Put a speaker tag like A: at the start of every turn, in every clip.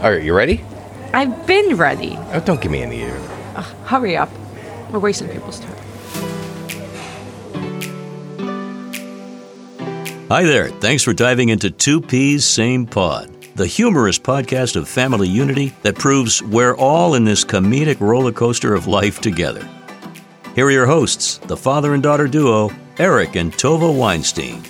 A: All right, you ready?
B: I've been ready.
A: Oh, don't give me any. of your-
B: Hurry up. We're wasting people's time.
C: Hi there. Thanks for diving into Two Peas, Same Pod, the humorous podcast of family unity that proves we're all in this comedic roller coaster of life together. Here are your hosts, the father and daughter duo, Eric and Tova Weinstein.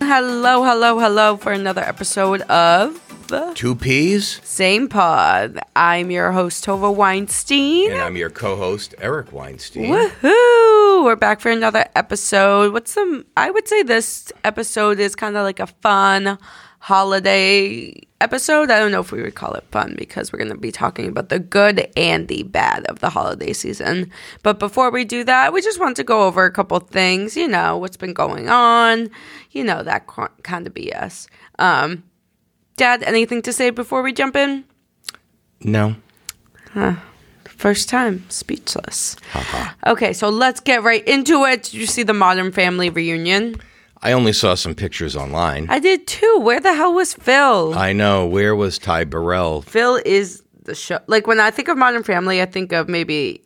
B: Hello, hello, hello for another episode of the
A: Two peas?
B: Same Pod. I'm your host, Tova Weinstein.
A: And I'm your co host, Eric Weinstein.
B: Woohoo! We're back for another episode. What's some? I would say this episode is kind of like a fun holiday episode. I don't know if we would call it fun because we're going to be talking about the good and the bad of the holiday season. But before we do that, we just want to go over a couple things. You know what's been going on. You know that kind of BS. Um, Dad, anything to say before we jump in?
A: No.
B: First time, speechless. okay, so let's get right into it. Did you see the Modern Family reunion?
A: I only saw some pictures online. I,
B: I did too. Where the hell was Phil?
A: know. Where was Ty Burrell?
B: Phil is the show. Like when I think of Modern Family, I think of maybe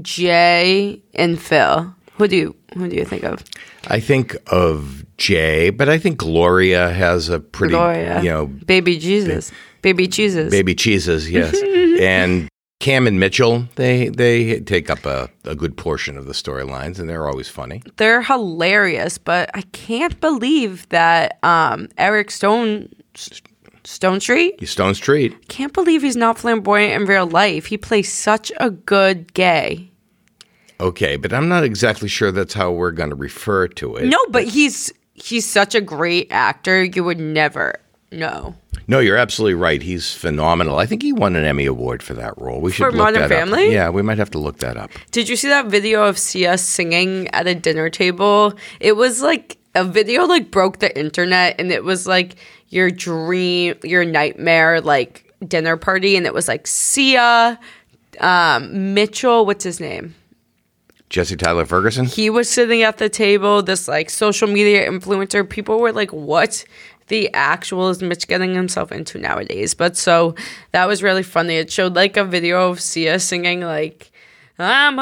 B: Jay and Phil. Who do you who do you think of?
A: I think of Jay, but I think Gloria has a pretty,
B: Gloria,
A: you know,
B: baby Jesus, baby Jesus.
A: baby cheeses, yes. and Cam and Mitchell, they they take up a, a good portion of the storylines, and they're always funny.
B: They're hilarious, but I can't believe that um, Eric Stone Stone Street
A: You Stone Street.
B: Can't believe he's not flamboyant in real life. He plays such a good gay.
A: Okay, but I'm not exactly sure that's how we're going to refer to it.
B: No, but he's he's such a great actor. You would never know.
A: No, you're absolutely right. He's phenomenal. I think he won an Emmy award for that role. We should
B: For
A: look
B: Modern
A: that
B: Family?
A: Up. Yeah, we might have to look that up.
B: Did you see that video of Sia singing at a dinner table? It was like a video like broke the internet and it was like your dream, your nightmare like dinner party and it was like Sia um, Mitchell, what's his name?
A: Jesse Tyler Ferguson.
B: he was sitting at the table, this like social media influencer. People were like, what the actual is Mitch getting himself into nowadays? But so that was really funny. It showed like a video of Sia singing, like, I'm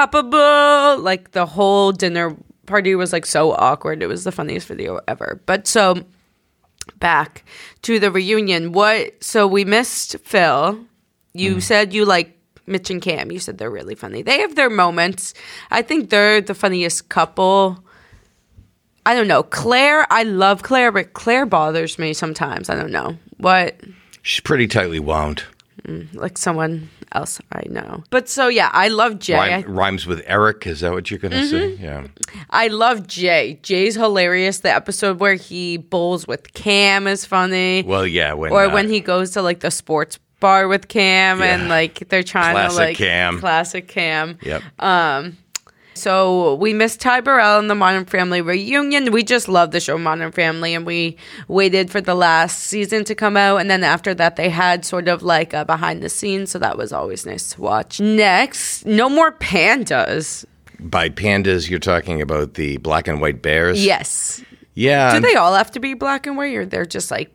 B: unstoppable. Like the whole dinner party was like so awkward. It was the funniest video ever. But so back to the reunion. What? So we missed Phil. You
A: Mm-hmm.
B: said you like Mitch and Cam. You said they're really funny. They have their moments. I think they're the funniest couple. I don't know. Claire, I love Claire, but Claire bothers me sometimes. I don't know. What?
A: She's pretty tightly wound.
B: Like someone else I know. But so yeah, Mm-hmm. I love Jay.
A: Rhyme, rhymes with Eric. Is that what you're going to say? Yeah.
B: I love Jay. Jay's hilarious. The episode where he bowls with Cam is funny.
A: Well, yeah. When,
B: or
A: uh,
B: when he goes to like the sports bar with Cam and
A: Yeah.
B: like they're trying
A: Classic
B: to like
A: Cam.
B: classic Cam.
A: Yep.
B: uh, So we missed Ty Burrell in the Modern Family reunion. We just love the show Modern Family, and we waited for the last season to come out, and then after that they had sort of like a behind the scenes, so that was always nice to watch. Next, no more pandas.
A: By pandas, you're talking about the black and white bears.
B: Yes.
A: Yeah.
B: Do
A: I'm-
B: they all have to be black and white, or they're just like,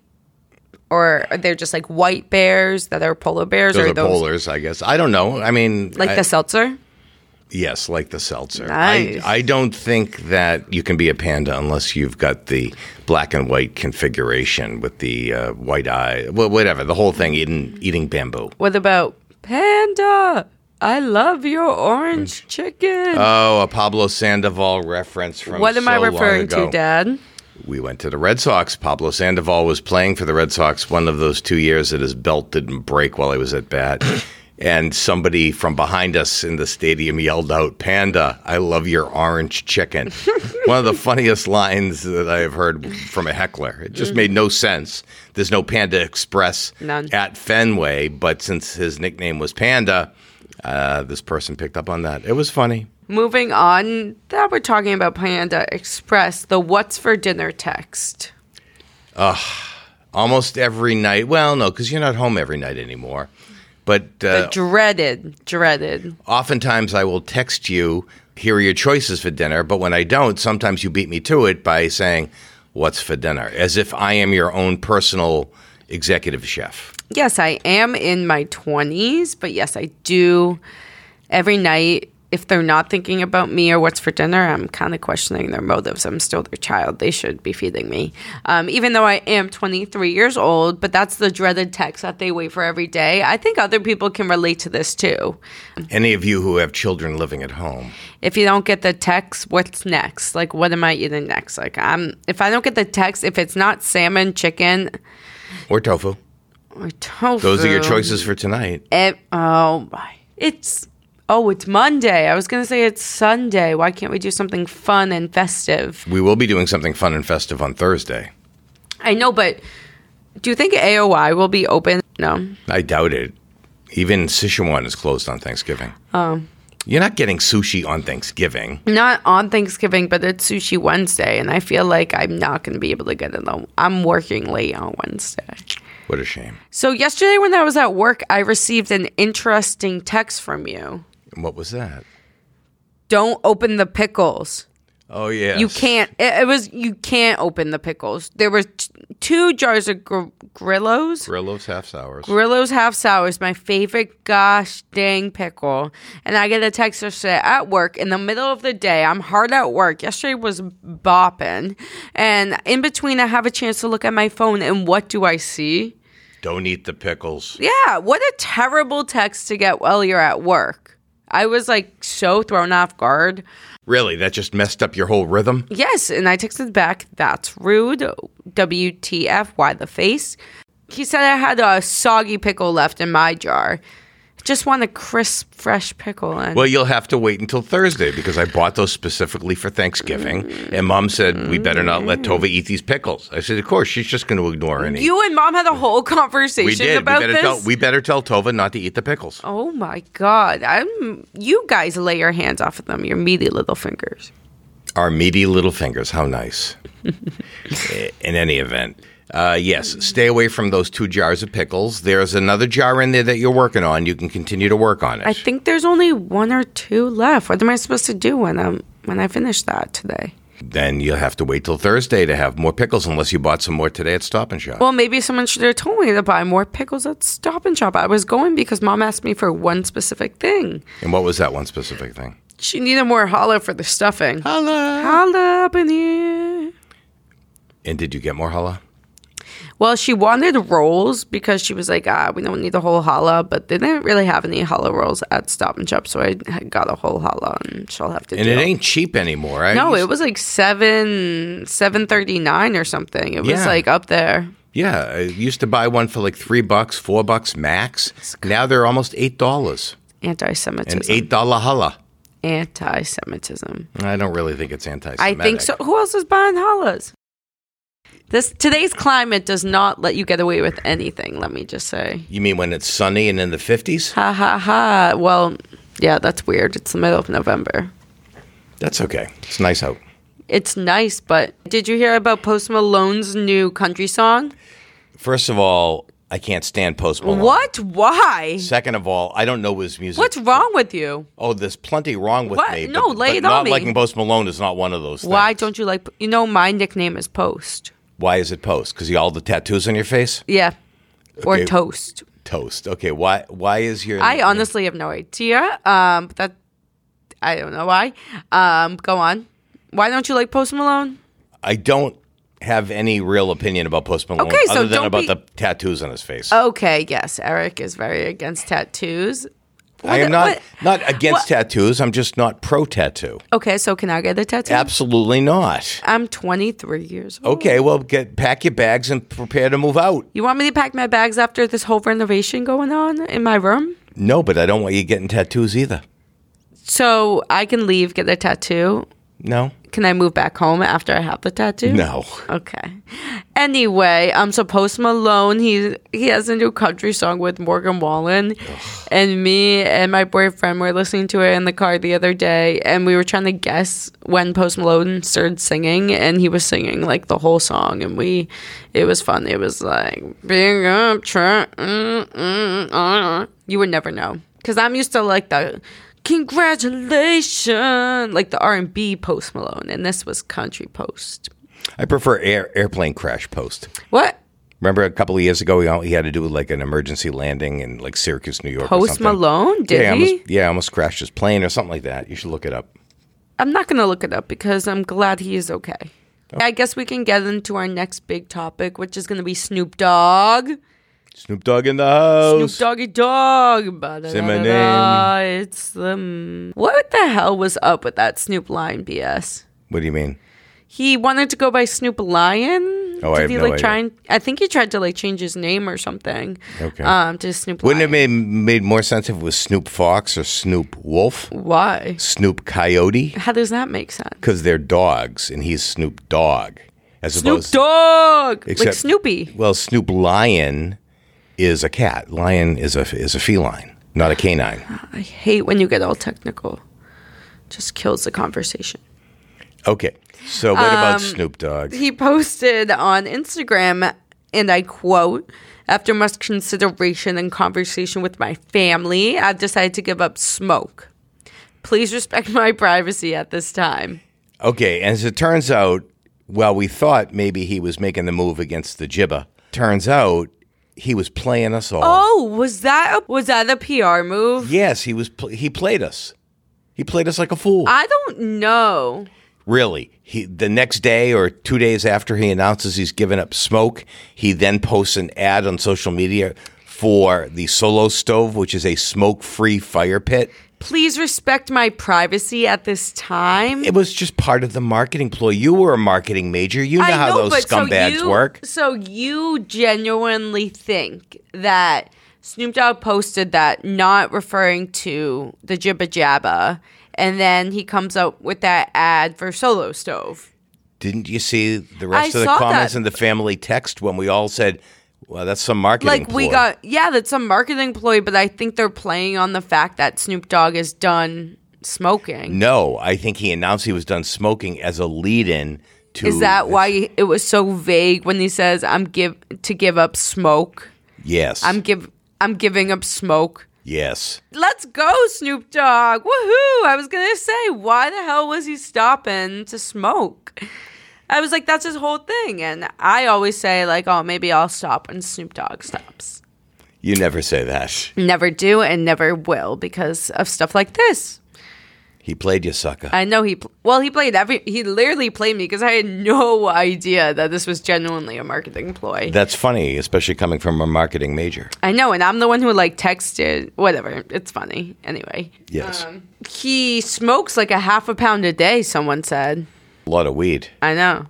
B: or are they just like white bears that are polar bears,
A: those
B: or
A: are
B: those
A: polars, I guess. I don't know. I mean,
B: like
A: I-
B: the seltzer?
A: Yes, like the seltzer.
B: Nice.
A: I, I don't think that you can be a panda unless you've got the black and white configuration with the uh, white eye, well, whatever, the whole thing eating, eating bamboo.
B: What about panda? I love your orange chicken.
A: Oh, a Pablo Sandoval reference from
B: what am I
A: so long
B: referring to,
A: ago.
B: Dad?
A: We went to the Red Sox. Pablo Sandoval was playing for the Red Sox one of those two years that his belt didn't break while he was at bat. and somebody from behind us in the stadium yelled out, Panda, I love your orange chicken. one of the funniest lines that I have heard from a heckler. It just made no sense. There's no Panda Express
B: None.
A: at Fenway, but since his nickname was Panda, uh, this person picked up on that. It was funny.
B: Moving on, that we're talking about Panda Express, the what's for dinner text.
A: almost every night. Well, no, because you're not home every night anymore. But uh,
B: dreaded, dreaded.
A: oftentimes I will text you, here are your choices for dinner. But when I don't, sometimes you beat me to it by saying, What's for dinner? As if I am your own personal executive chef?
B: Yes, I am in my 20s, but yes, I do every night. If they're not thinking about me or what's for dinner, I'm kind of questioning their motives. I'm still their child. They should be feeding me. Um, even though I am 23 years old, but that's the dreaded text that they wait for every day. I think other people can relate to this too.
A: Any of you who have children living at home?
B: if you don't get the text, what's next? Like, what am I eating next? Like, I'm if I don't get the text, if it's not salmon, chicken,
A: Or tofu?
B: or tofu,
A: Those are your choices for tonight.
B: It, oh my, it's oh, it's Monday. I was gonna say it's Sunday. Why can't we do something fun and festive?
A: We will be doing something fun and festive on Thursday.
B: I know, but do you think AOI will be open? No,
A: I doubt it. Even Sichuan is closed on Thanksgiving. Oh. You're not getting sushi on Thanksgiving.
B: not on Thanksgiving, but it's Sushi Wednesday, and I feel like I'm not gonna be able to get it. on- I'm working late on Wednesday.
A: What a shame.
B: So yesterday when I was at work, I received an interesting text from you.
A: And What was that?
B: Don't open the pickles.
A: Oh yeah.
B: You can't. It, it was you can't open the pickles. There were t- two jars of gr- Grillos.
A: Grillo's half sours.
B: Grillo's half sour is my favorite gosh dang pickle. And I get a text yesterday at work in the middle of the day. I'm hard at work. Yesterday was bopping. And in between, I have a chance to look at my phone. And what do I see?
A: Don't eat the pickles.
B: Yeah, what a terrible text to get while you're at work. I was like so thrown off guard.
A: Really? That just messed up your whole rhythm?
B: Yes, and I texted back, that's rude. WTF, why the face? He said I had a soggy pickle left in my jar. Just want a crisp, fresh pickle. And
A: Well, you'll have to wait until Thursday because I bought those specifically for Thanksgiving. And mom said, We better not let Tova eat these pickles. I said, Of course, she's just going to ignore any.
B: you and mom had a whole conversation
A: we did. We
B: about
A: better,
B: this.
A: tell, we better tell Tova not to eat the pickles.
B: oh my god! I'm. You guys lay your hands off of them. Your meaty little fingers.
A: Our meaty little fingers. How nice. I- in any event, uh, yes, stay away from those two jars of pickles. There's another jar in there that you're working on. You can continue to work on it.
B: I think there's only one or two left. What am I supposed to do when I'm when I finish that today?
A: then you'll have to wait till Thursday to have more pickles unless you bought some more today at Stop and Shop.
B: Well, maybe someone should have told me to buy more pickles at Stop and Shop. I was going because mom asked me for one specific thing.
A: and what was that one specific thing?
B: She needed more challah for the stuffing.
A: Hala.
B: Challah up in here.
A: And did you get more challah?
B: Well, she wanted rolls because she was like, ah, we don't need the whole challah, but they didn't really have any challah rolls at Stop and Shop, so I had got a whole challah, and she'll have to.
A: And
B: do
A: it ain't cheap anymore. I
B: No,
A: used-
B: it was like seven, seven thirty nine or something. It was
A: Yeah.
B: like up there.
A: Yeah, I used to buy one for like three bucks, four bucks max. Now they're almost eight dollars. An
B: Anti-Semitism.
A: eight dollar challah.
B: Anti-Semitism.
A: I don't really think it's anti-Semitic.
B: I think so. Who else is buying hollas? This today's climate does not let you get away with anything. Let me just say.
A: You mean when it's sunny and in the fifties?
B: Ha ha ha. Well, yeah, that's weird. It's the middle of November.
A: That's okay. It's nice out.
B: It's nice, but did you hear about Post Malone's new country song?
A: First of all, I can't stand Post Malone.
B: What? Why?
A: Second of all, I don't know his music.
B: What's wrong with you?
A: Oh, there's plenty wrong with
B: What?
A: me. but-
B: No, lay
A: but
B: it on
A: not
B: me.
A: liking Post Malone is not one of those.
B: Why
A: things.
B: don't you like? You know, my nickname is Post.
A: Why is it Post? Because you all the tattoos on your face.
B: Yeah, or
A: Okay.
B: Toast.
A: Toast. Okay. Why? Why is your?
B: I uh, honestly have no idea. Um, but that I don't know why. Um, go on. Why don't you like Post Malone?
A: I don't have any real opinion about Post Malone
B: Okay, so
A: other than
B: don't
A: about
B: be- Uh,
A: the tattoos on his face.
B: Okay, yes, Eric is very against tattoos.
A: I am not
B: what-
A: not against
B: what-
A: tattoos. I'm just not pro tattoo.
B: Okay, so can I get a tattoo?
A: Absolutely not.
B: I'm 23 years old.
A: Okay, well, get pack your bags and prepare to move out.
B: You want me to pack my bags after this whole renovation going on in my room?
A: No, but I don't want you getting tattoos either.
B: So I can leave, get the tattoo.
A: No,
B: Can I move back home after I have the tattoo?
A: no.
B: Okay. Anyway, um, so Post Malone, he he has a new country song with Morgan Wallen, and me and my boyfriend were listening to it in the car the other day, and we were trying to guess when Post Malone started singing, and he was singing like the whole song, and we, it was fun. It was like being up, tr- mm, mm, uh." you would never know, cause I'm used to like the. Congratulations, like the R and B Post Malone, and this was country post.
A: I prefer air, airplane crash post.
B: What?
A: Remember a couple of years ago, he, al- he had to do like an emergency landing in like Syracuse, New York. or
B: Post
A: something.
B: Malone? Did
A: yeah,
B: he?
A: Almost, yeah, almost crashed his plane or something like that. You should look it up.
B: I'm not going to look it up because I'm glad he is okay.
A: Oh.
B: I guess we can get into our next big topic, which is going to be Snoop Dogg.
A: Snoop Dogg in the house.
B: Snoop Doggy Dogg. Say
A: my
B: It's the. What the hell was up with that Snoop Lion BS?
A: What do you mean?
B: He wanted to go by Snoop Lion.
A: Oh, I
B: Did
A: have
B: he
A: no
B: like
A: idea.
B: try and I think he tried to like change his name or something.
A: Okay.
B: Um, to Snoop.
A: Wouldn't it
B: Lion.
A: made made more sense if it was Snoop Fox or Snoop Wolf,
B: Why?
A: Snoop Coyote,
B: How does that make sense?
A: because they're dogs and he's Snoop Dogg, as
B: Snoop
A: opposed
B: Dogg, like
A: Except-
B: Snoopy.
A: well Snoop Lion is a cat. Lion is a is a feline, not a canine.
B: I hate when you get all technical. Just kills the conversation.
A: Okay, so what
B: Um,
A: about Snoop Dogg?
B: He posted on Instagram, and I quote, after much consideration and conversation with my family, I've decided to give up smoke. Please respect my privacy at this time.
A: Okay, and as it turns out, well, we thought maybe he was making the move against the jibba. Turns out he was playing us all.
B: Oh, was that a, was that a PR move?
A: Yes, he was. Pl- he played us. He played us like a fool.
B: I don't know.
A: Really, he the next day or two days after he announces he's given up smoke, he then posts an ad on social media for the Solo Stove, which is a smoke-free fire pit.
B: Please respect my privacy at this time.
A: It was just part of the marketing ploy. You were a marketing major. You know, how those
B: but so
A: scumbags
B: you-
A: work.
B: So you genuinely think that Snoop Dogg posted that, not referring to the Jibba Jabba, and then he comes up with that ad for Solo Stove.
A: Didn't you see the rest of the
B: saw
A: comments
B: that.
A: in the family text when we all said, "Well, that's some marketing."
B: Like we
A: ploy."
B: got, yeah, that's a marketing ploy, but I think they're playing on the fact that Snoop Dogg is done smoking.
A: No, I think he announced he was done smoking as a lead-in to.
B: Is that why it was so vague when he says I'm give to give up smoke?
A: Yes.
B: I'm give I'm giving up smoke.
A: yes.
B: Let's go, Snoop Dogg. Woohoo! I was gonna say, why the hell was he stopping to smoke? I was like, that's his whole thing. And I always say, like, oh, maybe I'll stop when Snoop Dogg stops.
A: You never say that.
B: Never do and never will because of stuff like this.
A: He played you, sucker.
B: I know he, pl- well, he played every, he literally played me because I had no idea that this was genuinely a marketing ploy.
A: That's funny, especially coming from a marketing major.
B: I know. And I'm the one who, like, texted, whatever. It's funny. Anyway,
A: Yes.
B: Um, he smokes like a half a pound a day, someone said.
A: a lot of weed.
B: I know.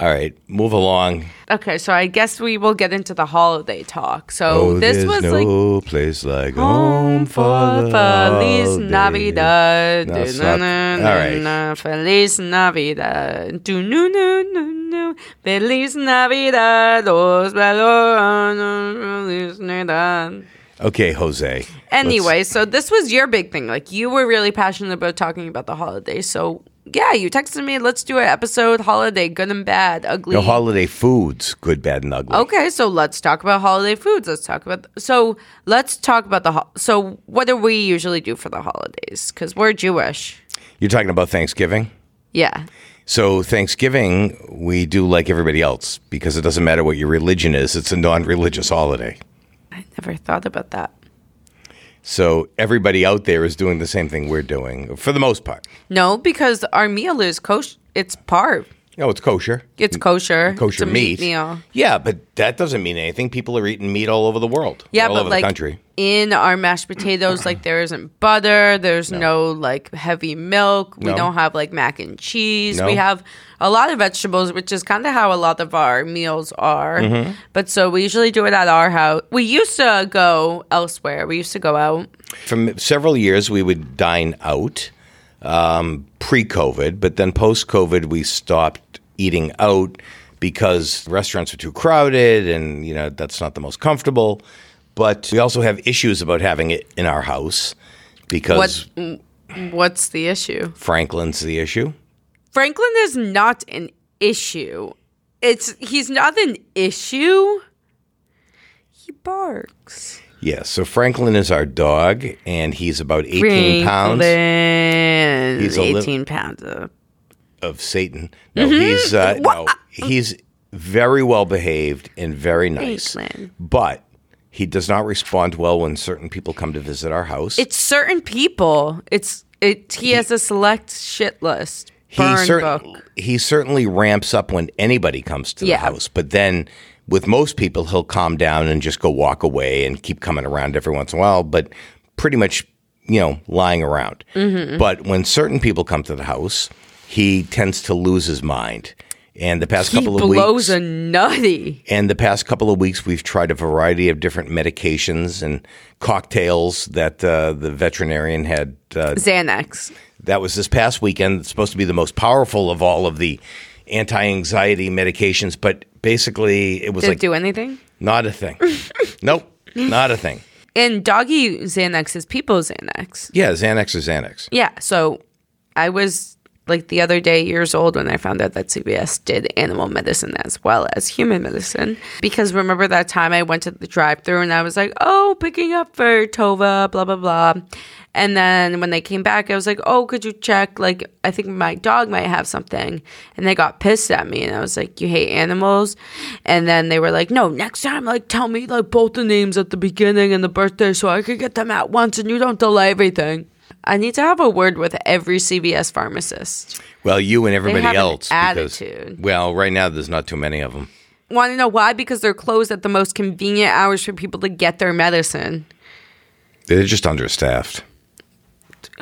A: All right, move along.
B: Okay, so I guess we will get into the holiday talk. So Oh, this
A: Oh, there's
B: was like
A: no place like home
B: home
A: for
B: for
A: the
B: Feliz
A: holidays.
B: Navidad.
A: No, it's
B: Do-na-na-na-na,
A: not- all
B: Feliz Navidad. Do-no-no-no-no. Feliz Navidad. Los valores. Feliz Navidad.
A: Okay, Jose.
B: Anyway, so this was your big thing. Like you were really passionate about talking about the holidays. So yeah, you texted me, let's do an episode holiday, good and bad, ugly.
A: the holiday foods, good, bad, and ugly.
B: Okay, so let's talk about holiday foods. Let's talk about so let's talk about the ho- so what do we usually do for the holidays? Because we're Jewish.
A: You're talking about Thanksgiving?
B: Yeah,
A: So, Thanksgiving, we do like everybody else because it doesn't matter what your religion is, it's a non religious holiday.
B: I never thought about that.
A: So, everybody out there is doing the same thing we're doing for the most part.
B: No, because our meal is kosher. It's parv.
A: No, it's kosher.
B: It's kosher.
A: kosher
B: it's a
A: meat.
B: meal.
A: Yeah, but that doesn't mean anything. People are eating meat all over the world.
B: Yeah,
A: all
B: but
A: over
B: like
A: the country.
B: in our mashed potatoes, like there isn't butter. There's no, like heavy milk. We
A: No.
B: don't have like mac and cheese.
A: No.
B: We have a lot of vegetables, which is kind of how a lot of our meals are.
A: Mm-hmm.
B: But so we usually do it at our house. We used to go elsewhere. We used to go out.
A: For several years, we would dine out um, pre COVID, but then post COVID, we stopped eating out because restaurants were too crowded and, you know, that's not the most comfortable. But we also have issues about having it in our house because
B: What's the issue?
A: Franklin's the issue.
B: Franklin is not an issue. It's he's not an issue. He barks.
A: Yeah, so Franklin is our dog, and he's about 18 pounds
B: Franklin,
A: He's a lit-
B: 18 pounds. Of Mm-hmm.
A: of Satan. No, he's uh, no, he's very well behaved and very nice.
B: Franklin.
A: But he does not respond well when certain people come to visit our house.
B: It's certain people. It's it. He has a select shit list.
A: he,
B: Burn
A: cer-
B: book.
A: he certainly ramps up when anybody comes to
B: Yeah.
A: the house, but then with most people, he'll calm down and just go walk away and keep coming around every once in a while, but pretty much, you know, lying around.
B: Mm-hmm.
A: But when certain people come to the house, he tends to lose his mind. And the past
B: He
A: couple of weeks,
B: blows a nutty.
A: and the past couple of weeks, we've tried a variety of different medications and cocktails that uh, the veterinarian had. Uh,
B: Xanax.
A: that was this past weekend. It's supposed to be the most powerful of all of the anti anxiety medications, but basically, it was
B: Did
A: like
B: it do anything?
A: not a thing. nope, not a thing.
B: And doggy Xanax is people Xanax.
A: Yeah, Xanax or Xanax.
B: Yeah. So I was like the other day years old when I found out that CVS did animal medicine as well as human medicine. Because remember that time I went to the drive through and I was like, oh, picking up for Tova, blah, blah, blah. And then when they came back, I was like, oh, could you check? Like, I think my dog might have something. And they got pissed at me. And I was like, you hate animals? And then they were like, no, next time, like, tell me, like, both the names at the beginning and the birthday so I could get them at once and you don't delay everything. I need to have a word with every CVS pharmacist.
A: Well, you and everybody
B: have an
A: else. Because,
B: attitude.
A: well, right now, there's not too many of them.
B: Want to know why? Because they're closed at the most convenient hours for people to get their medicine.
A: They're just understaffed.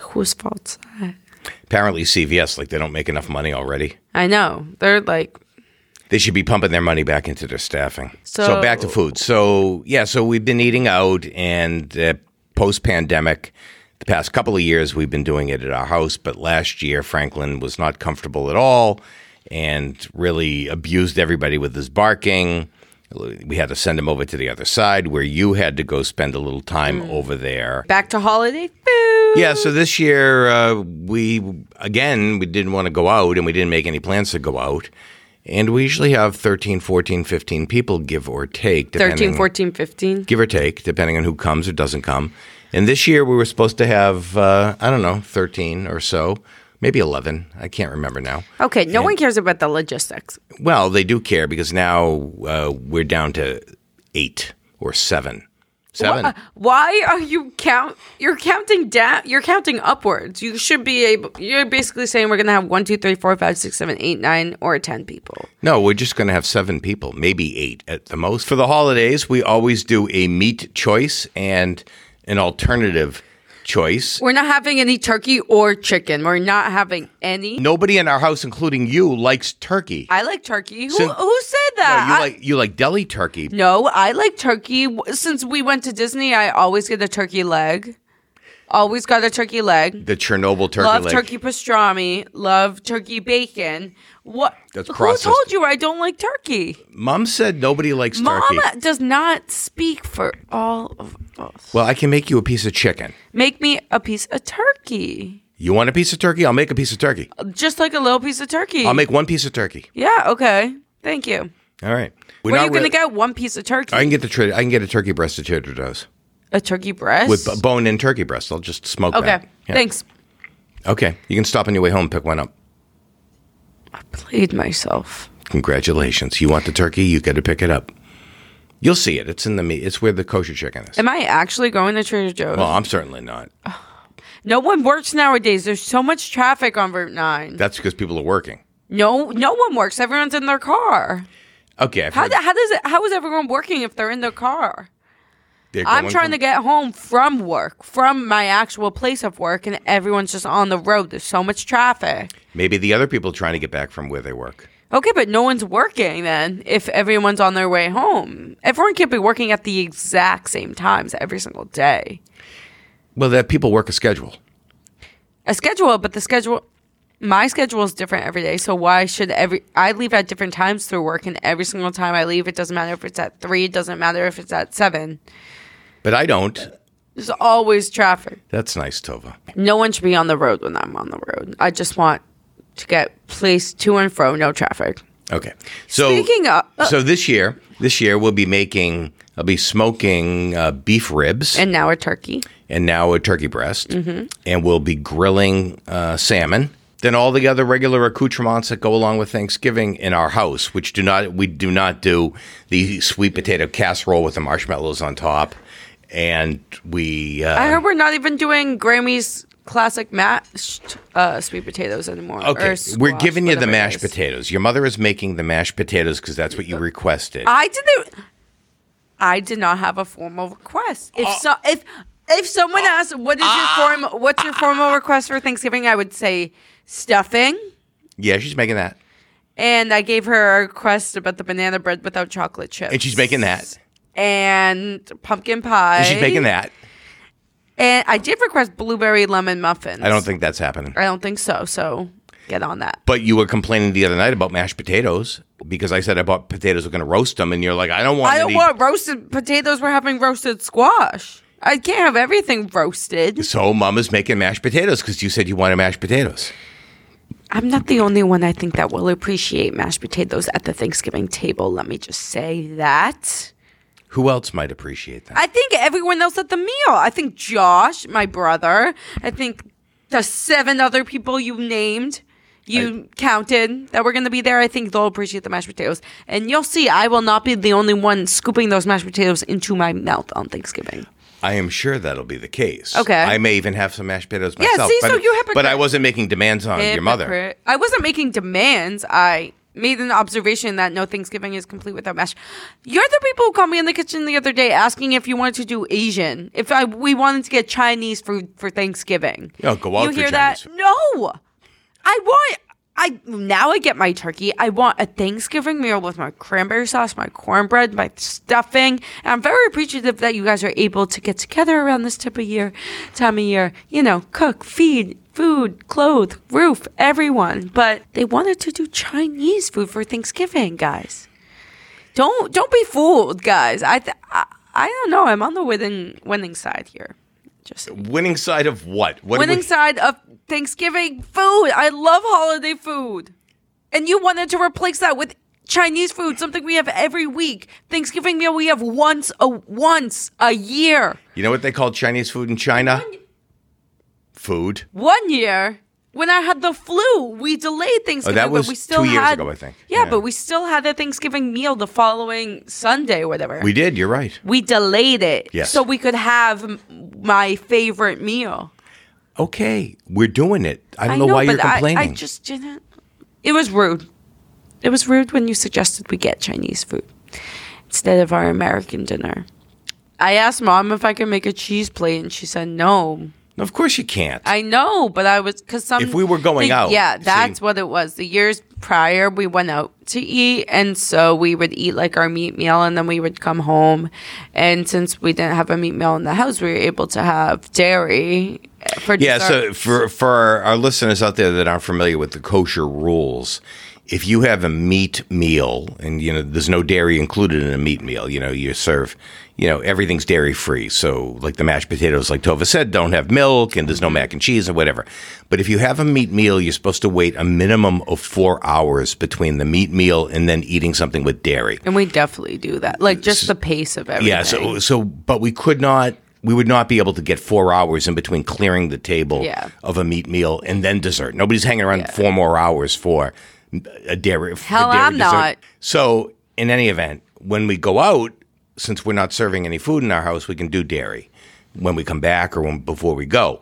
B: Whose fault's that?
A: Apparently, CVS, like, they don't make enough money already.
B: I know. They're like,
A: They should be pumping their money back into their staffing. So,
B: So-
A: back to food. So yeah, so we've been eating out, and uh, post pandemic, the past couple of years we've been doing it at our house. But last year Franklin was not comfortable at all, and really abused everybody with his barking. We had to send him over to the other side where you had to go spend a little time over there.
B: back to holiday food.
A: Yeah, so this year uh, we again we didn't want to go out and we didn't make any plans to go out. And we usually have 13, 14, 15 people give or take
B: 13,
A: depending
B: 14, 15.
A: give or take depending on who comes or doesn't come. And this year we were supposed to have uh, I don't know, 13 or so, maybe 11. I can't remember now.
B: Okay, no one cares about the logistics.
A: Well, they do care because now uh, we're down to 8 or 7. 7.
B: Why are you count? You're counting down. You're counting upwards. You should be able. You're basically saying we're gonna have one, two, three, four, five, six, seven, eight, nine, or ten people.
A: No, we're just going to have seven people, maybe eight at the most. For the holidays, we always do a meat choice and an alternative choice.
B: We're not having any turkey or chicken. We're not having any.
A: Nobody in our house, including you, likes turkey.
B: I like turkey. Who,
A: Sin-
B: who said
A: No,
B: that?
A: you
B: I- Mm.
A: like you like deli turkey.
B: no, I like turkey. W- Since we went to Disney, I always get a turkey leg. Always got a turkey leg.
A: The Chernobyl turkey
B: love
A: leg.
B: turkey pastrami. Love turkey bacon. What?
A: That's
B: who
A: processed.
B: told you I don't like turkey?
A: Mom said nobody likes turkey.
B: Mama does not speak for all of us.
A: Well, I can make you a piece of chicken.
B: Make me a piece of turkey.
A: You want a piece of turkey? I'll make a piece of turkey.
B: Just like a little piece of turkey.
A: I'll make one piece of turkey.
B: yeah, okay. Thank you.
A: All right. We're
B: Where are
A: not
B: you going
A: really-
B: to get one piece of turkey?
A: I can get the tri- I can get a turkey breast at Trader Joe's
B: a turkey breast?
A: with b- bone-in turkey breast. I'll just smoke
B: Okay.
A: that. Yeah.
B: Thanks.
A: Okay. You can stop on your way home and pick one up.
B: Played myself.
A: Congratulations. You want the turkey, you got to pick it up. You'll see it. It's in the meat. It's where the kosher chicken is.
B: Am I actually going to Trader Joe's?
A: Well, I'm certainly not.
B: no one works nowadays. There's so much traffic on Route 9.
A: That's because people are working.
B: no no one works. Everyone's in their car.
A: Okay. I've
B: How,
A: heard
B: the, how does it how is everyone working if they're in their car?
A: they're
B: I'm
A: going
B: trying
A: from-
B: to get home from work, from my actual place of work, and everyone's just on the road. There's so much traffic.
A: Maybe the other people are trying to get back from where they work.
B: Okay, but no one's working then if everyone's on their way home. Everyone can't be working at the exact same times every single day.
A: Well, that people work a schedule.
B: A schedule, but the schedule my schedule is different every day, so why should every I leave at different times through work and every single time I leave it doesn't matter if it's at 3, it doesn't matter if it's at 7.
A: But I don't.
B: There's always traffic.
A: That's nice, Tova.
B: No one should be on the road when I'm on the road. I just want to get place to and fro, no traffic.
A: Okay. So
B: Speaking of-
A: Oh.
B: oh,
A: so this year, this year we'll be making I'll be smoking uh, beef ribs and,
B: And now a turkey. Mm-hmm.
A: now a turkey breast, and we'll be grilling uh, salmon. than all the other regular accoutrements that go along with Thanksgiving in our house, which do not we do not do the sweet potato casserole with the marshmallows on top, and we uh,
B: I heard we're not even doing Grammy's classic mashed uh, sweet potatoes anymore.
A: Okay,
B: or squash,
A: we're giving you the
B: whatever it
A: mashed
B: is. Uh,
A: potatoes. Your mother is making the mashed potatoes because that's what you requested.
B: I didn't. I did not have a formal request. If
A: Uh,
B: so, if if someone asked, "What is your form? What's your
A: uh,
B: formal request for Thanksgiving?" I would say stuffing,
A: yeah, she's making that,
B: and I gave her a request about the banana bread without chocolate chips,
A: and she's making that,
B: and pumpkin pie.
A: and she's making that.
B: And I did request blueberry lemon muffins.
A: I don't think that's happening.
B: I don't think so. So get on that.
A: But you were complaining the other night about mashed potatoes because I said I bought potatoes. We're going to roast them, and you're like, I don't want.
B: I don't
A: any.
B: want roasted potatoes. We're having roasted squash. I can't have everything roasted.
A: So Mama's making mashed potatoes because you said you wanted mashed potatoes.
B: I'm not the only one I think that will appreciate mashed potatoes at the Thanksgiving table. Let me just say that.
A: Who else might appreciate that?
B: I think everyone else at the meal. I think Josh, my brother. I think the seven other people you named, you counted that were going to be there. I think they'll appreciate the mashed potatoes, and you'll see. I will not be the only one scooping those mashed potatoes into my mouth on Thanksgiving.
A: I, am sure that'll be the case.
B: Okay.
A: I may even have some mashed potatoes
B: Yeah,
A: myself.
B: see,
A: but,
B: so you
A: But I
B: hypocrite.
A: wasn't making demands on your mother.
B: Hypocrite. I wasn't making demands. I made an observation that no Thanksgiving is complete without mash. You're the people who called me in the kitchen the other day asking if you wanted to do Asian, if I we wanted to get Chinese food for Thanksgiving.
A: Yeah, go out
B: You
A: for
B: hear
A: Chinese
B: that? No, I want. I now I get my turkey. I want a Thanksgiving meal with my cranberry sauce, my cornbread, my stuffing. And I'm very appreciative that you guys are able to get together around this type of year, time of year. You know, cook, feed, food, clothe, roof, everyone. But they wanted to do Chinese food for Thanksgiving, guys. Don't don't be fooled, guys. I th- I, I don't know. I'm on the winning winning side here. Just
A: Winning side of what? What
B: winning
A: would-
B: side of Thanksgiving food. I love holiday food. And you wanted to replace that with Chinese food, something we have every week. Thanksgiving meal we have once a once a year.
A: You know what they call Chinese food in China? Food.
B: One year when I had the flu, we delayed Thanksgiving,
A: Oh, was
B: but we still
A: two years
B: had
A: ago, I think.
B: Yeah,
A: Yeah.
B: but we still had the Thanksgiving meal the following Sunday or whatever.
A: We did. You're right.
B: we delayed it
A: Yes.
B: so we could have m- my favorite meal.
A: Okay, we're doing it. I don't know, why you're
B: but I-
A: complaining.
B: I, just didn't. It was rude. It was rude when you suggested we get Chinese food instead of our American dinner. I asked mom if I could make a cheese plate, and she said no.
A: of course you can't.
B: I know, but I was because some.
A: If we were going
B: the-
A: out,
B: yeah,
A: see-
B: that's what it was. The years prior, we went out to eat, and so we would eat like our meat meal, and then we would come home. And since we didn't have a meat meal in the house, we were able to have dairy eh, for
A: yeah,
B: dessert.
A: so for for our listeners out there that aren't familiar with the kosher rules, if you have a meat meal and you know there's no dairy included in a meat meal, you know, you serve, you know, everything's dairy free. So like the mashed potatoes like Tova said don't have milk and there's no mac and cheese or whatever. But if you have a meat meal, you're supposed to wait a minimum of 4 hours between the meat meal and then eating something with dairy.
B: And we definitely do that. Like just the pace of everything.
A: Yeah, so so but we could not we would not be able to get four hours in between clearing the table
B: Yeah.
A: of a meat meal and then dessert. Nobody's hanging around four more hours for a dairy. for
B: Hell,
A: dairy
B: I'm
A: dessert.
B: not.
A: So in any event, when we go out, since we're not serving any food in our house, we can do dairy when we come back or when before we go.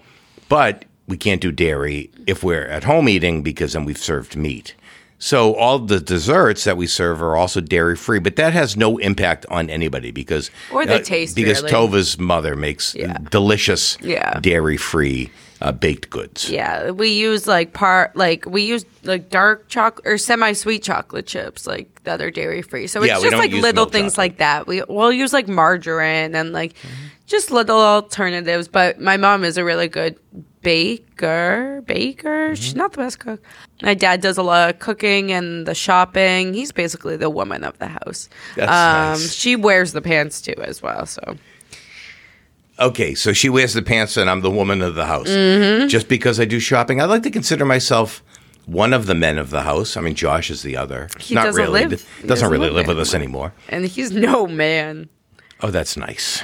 A: But we can't do dairy if we're at home eating because then we've served meat. So all the desserts that we serve are also dairy free, but that has no impact on anybody because uh,
B: Or the taste,
A: because
B: really.
A: Tova's mother makes
B: Yeah.
A: delicious
B: Yeah.
A: dairy free uh, baked goods.
B: Yeah, we use like part like we use like dark chocolate or semi-sweet chocolate chips like that are dairy free. So it's
A: Yeah, we
B: just
A: don't
B: like
A: use
B: little
A: milk
B: things
A: chocolate.
B: like that. We we'll use like margarine and like just little alternatives. But my mom is a really good baker. Baker,
A: Mm-hmm.
B: she's not the best cook. My dad does a lot of cooking and the shopping. He's basically the woman of the house. Um,
A: That's nice.
B: She wears the pants too as well. So
A: Okay, so she wears the pants and I'm the woman of the house.
B: Mm-hmm.
A: Just because I do shopping, I like to consider myself one of the men of the house. I mean, Josh is the other.
B: He doesn't
A: really.
B: live-
A: Doesn't,
B: he doesn't
A: really
B: live
A: live with
B: there
A: us anymore.
B: and he's no man.
A: Oh, that's nice.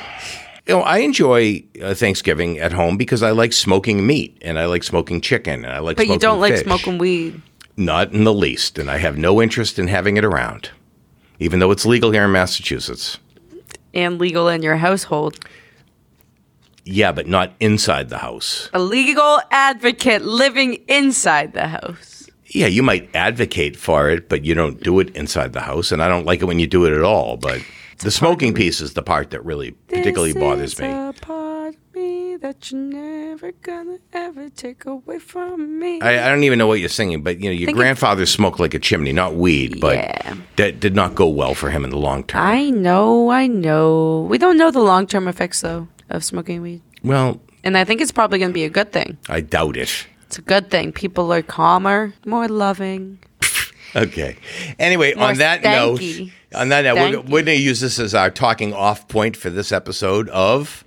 A: You know, I enjoy uh, Thanksgiving at home because I like smoking meat and I like smoking chicken and I like.
B: But
A: smoking
B: you don't like
A: fish.
B: smoking weed.
A: Not in the least, and I have no interest in having it around, even though it's legal here in Massachusetts.
B: And legal in your household.
A: Yeah, but not inside the house.
B: A legal advocate living inside the house.
A: Yeah, you might advocate for it, but you don't do it inside the house, and I don't like it when you do it at all. But the smoking piece is the part that really particularly
B: This
A: bothers
B: is
A: me.
B: a part of me that you're never gonna ever take away from me.
A: I, I don't even know what you're singing, but you know, your
B: Think it-
A: grandfather smoked like a chimney, not weed, but
B: Yeah.
A: that did not go well for him in the long term.
B: I know, I know. We don't know the long term effects though of smoking weed.
A: well,
B: And I think it's probably gonna be a good thing.
A: I doubt it.
B: It's a good thing. People are calmer, more loving.
A: Okay. Anyway,
B: More
A: on that
B: stanky.
A: note, on that note, we're,
B: Stanky.
A: we're going to use this as our talking off point for this episode of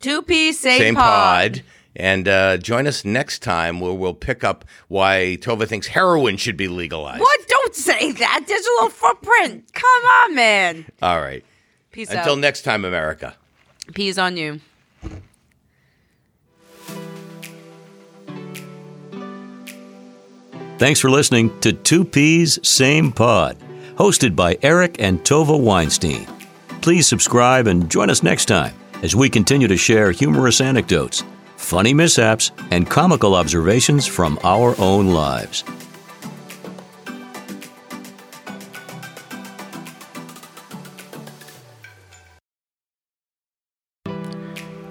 B: Two piece same,
A: Same
B: pod.
A: Pod. And uh, join us next time where we'll pick up why Tova thinks heroin should be legalized.
B: What? Don't say that. Digital footprint. Come on, man.
A: All right.
B: Peace
A: Until
B: out.
A: next time, America.
B: Peace on you.
C: Thanks for listening to Two Peas, Same Pod, hosted by Eric and Tova Weinstein. Please subscribe and join us next time as we continue to share humorous anecdotes, funny mishaps, and comical observations from our own lives.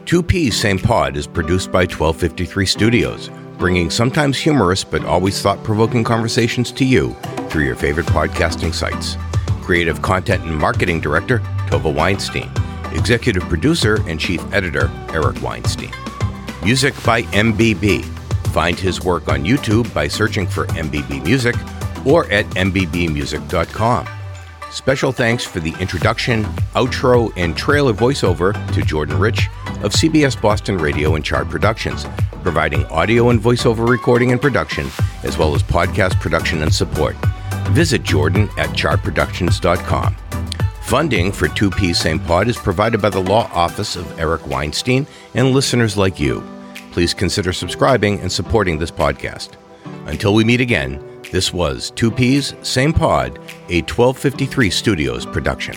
A: Two Peas Same Pod is produced by 1253 Studios, bringing sometimes humorous but always thought provoking conversations to you through your favorite podcasting sites. Creative content and marketing director, Tova Weinstein. Executive producer and chief editor, Eric Weinstein. Music by MBB. Find his work on YouTube by searching for MBB Music or at MBBMusic.com. Special thanks for the introduction, outro, and trailer voiceover to Jordan Rich of CBS Boston Radio and Chart Productions, providing audio and voiceover recording and production, as well as podcast production and support. Visit Jordan at chartproductions.com. Funding for 2P Same Pod is provided by the Law Office of Eric Weinstein and listeners like you. Please consider subscribing and supporting this podcast. Until we meet again, this was 2P's Same Pod, a 1253 Studios production.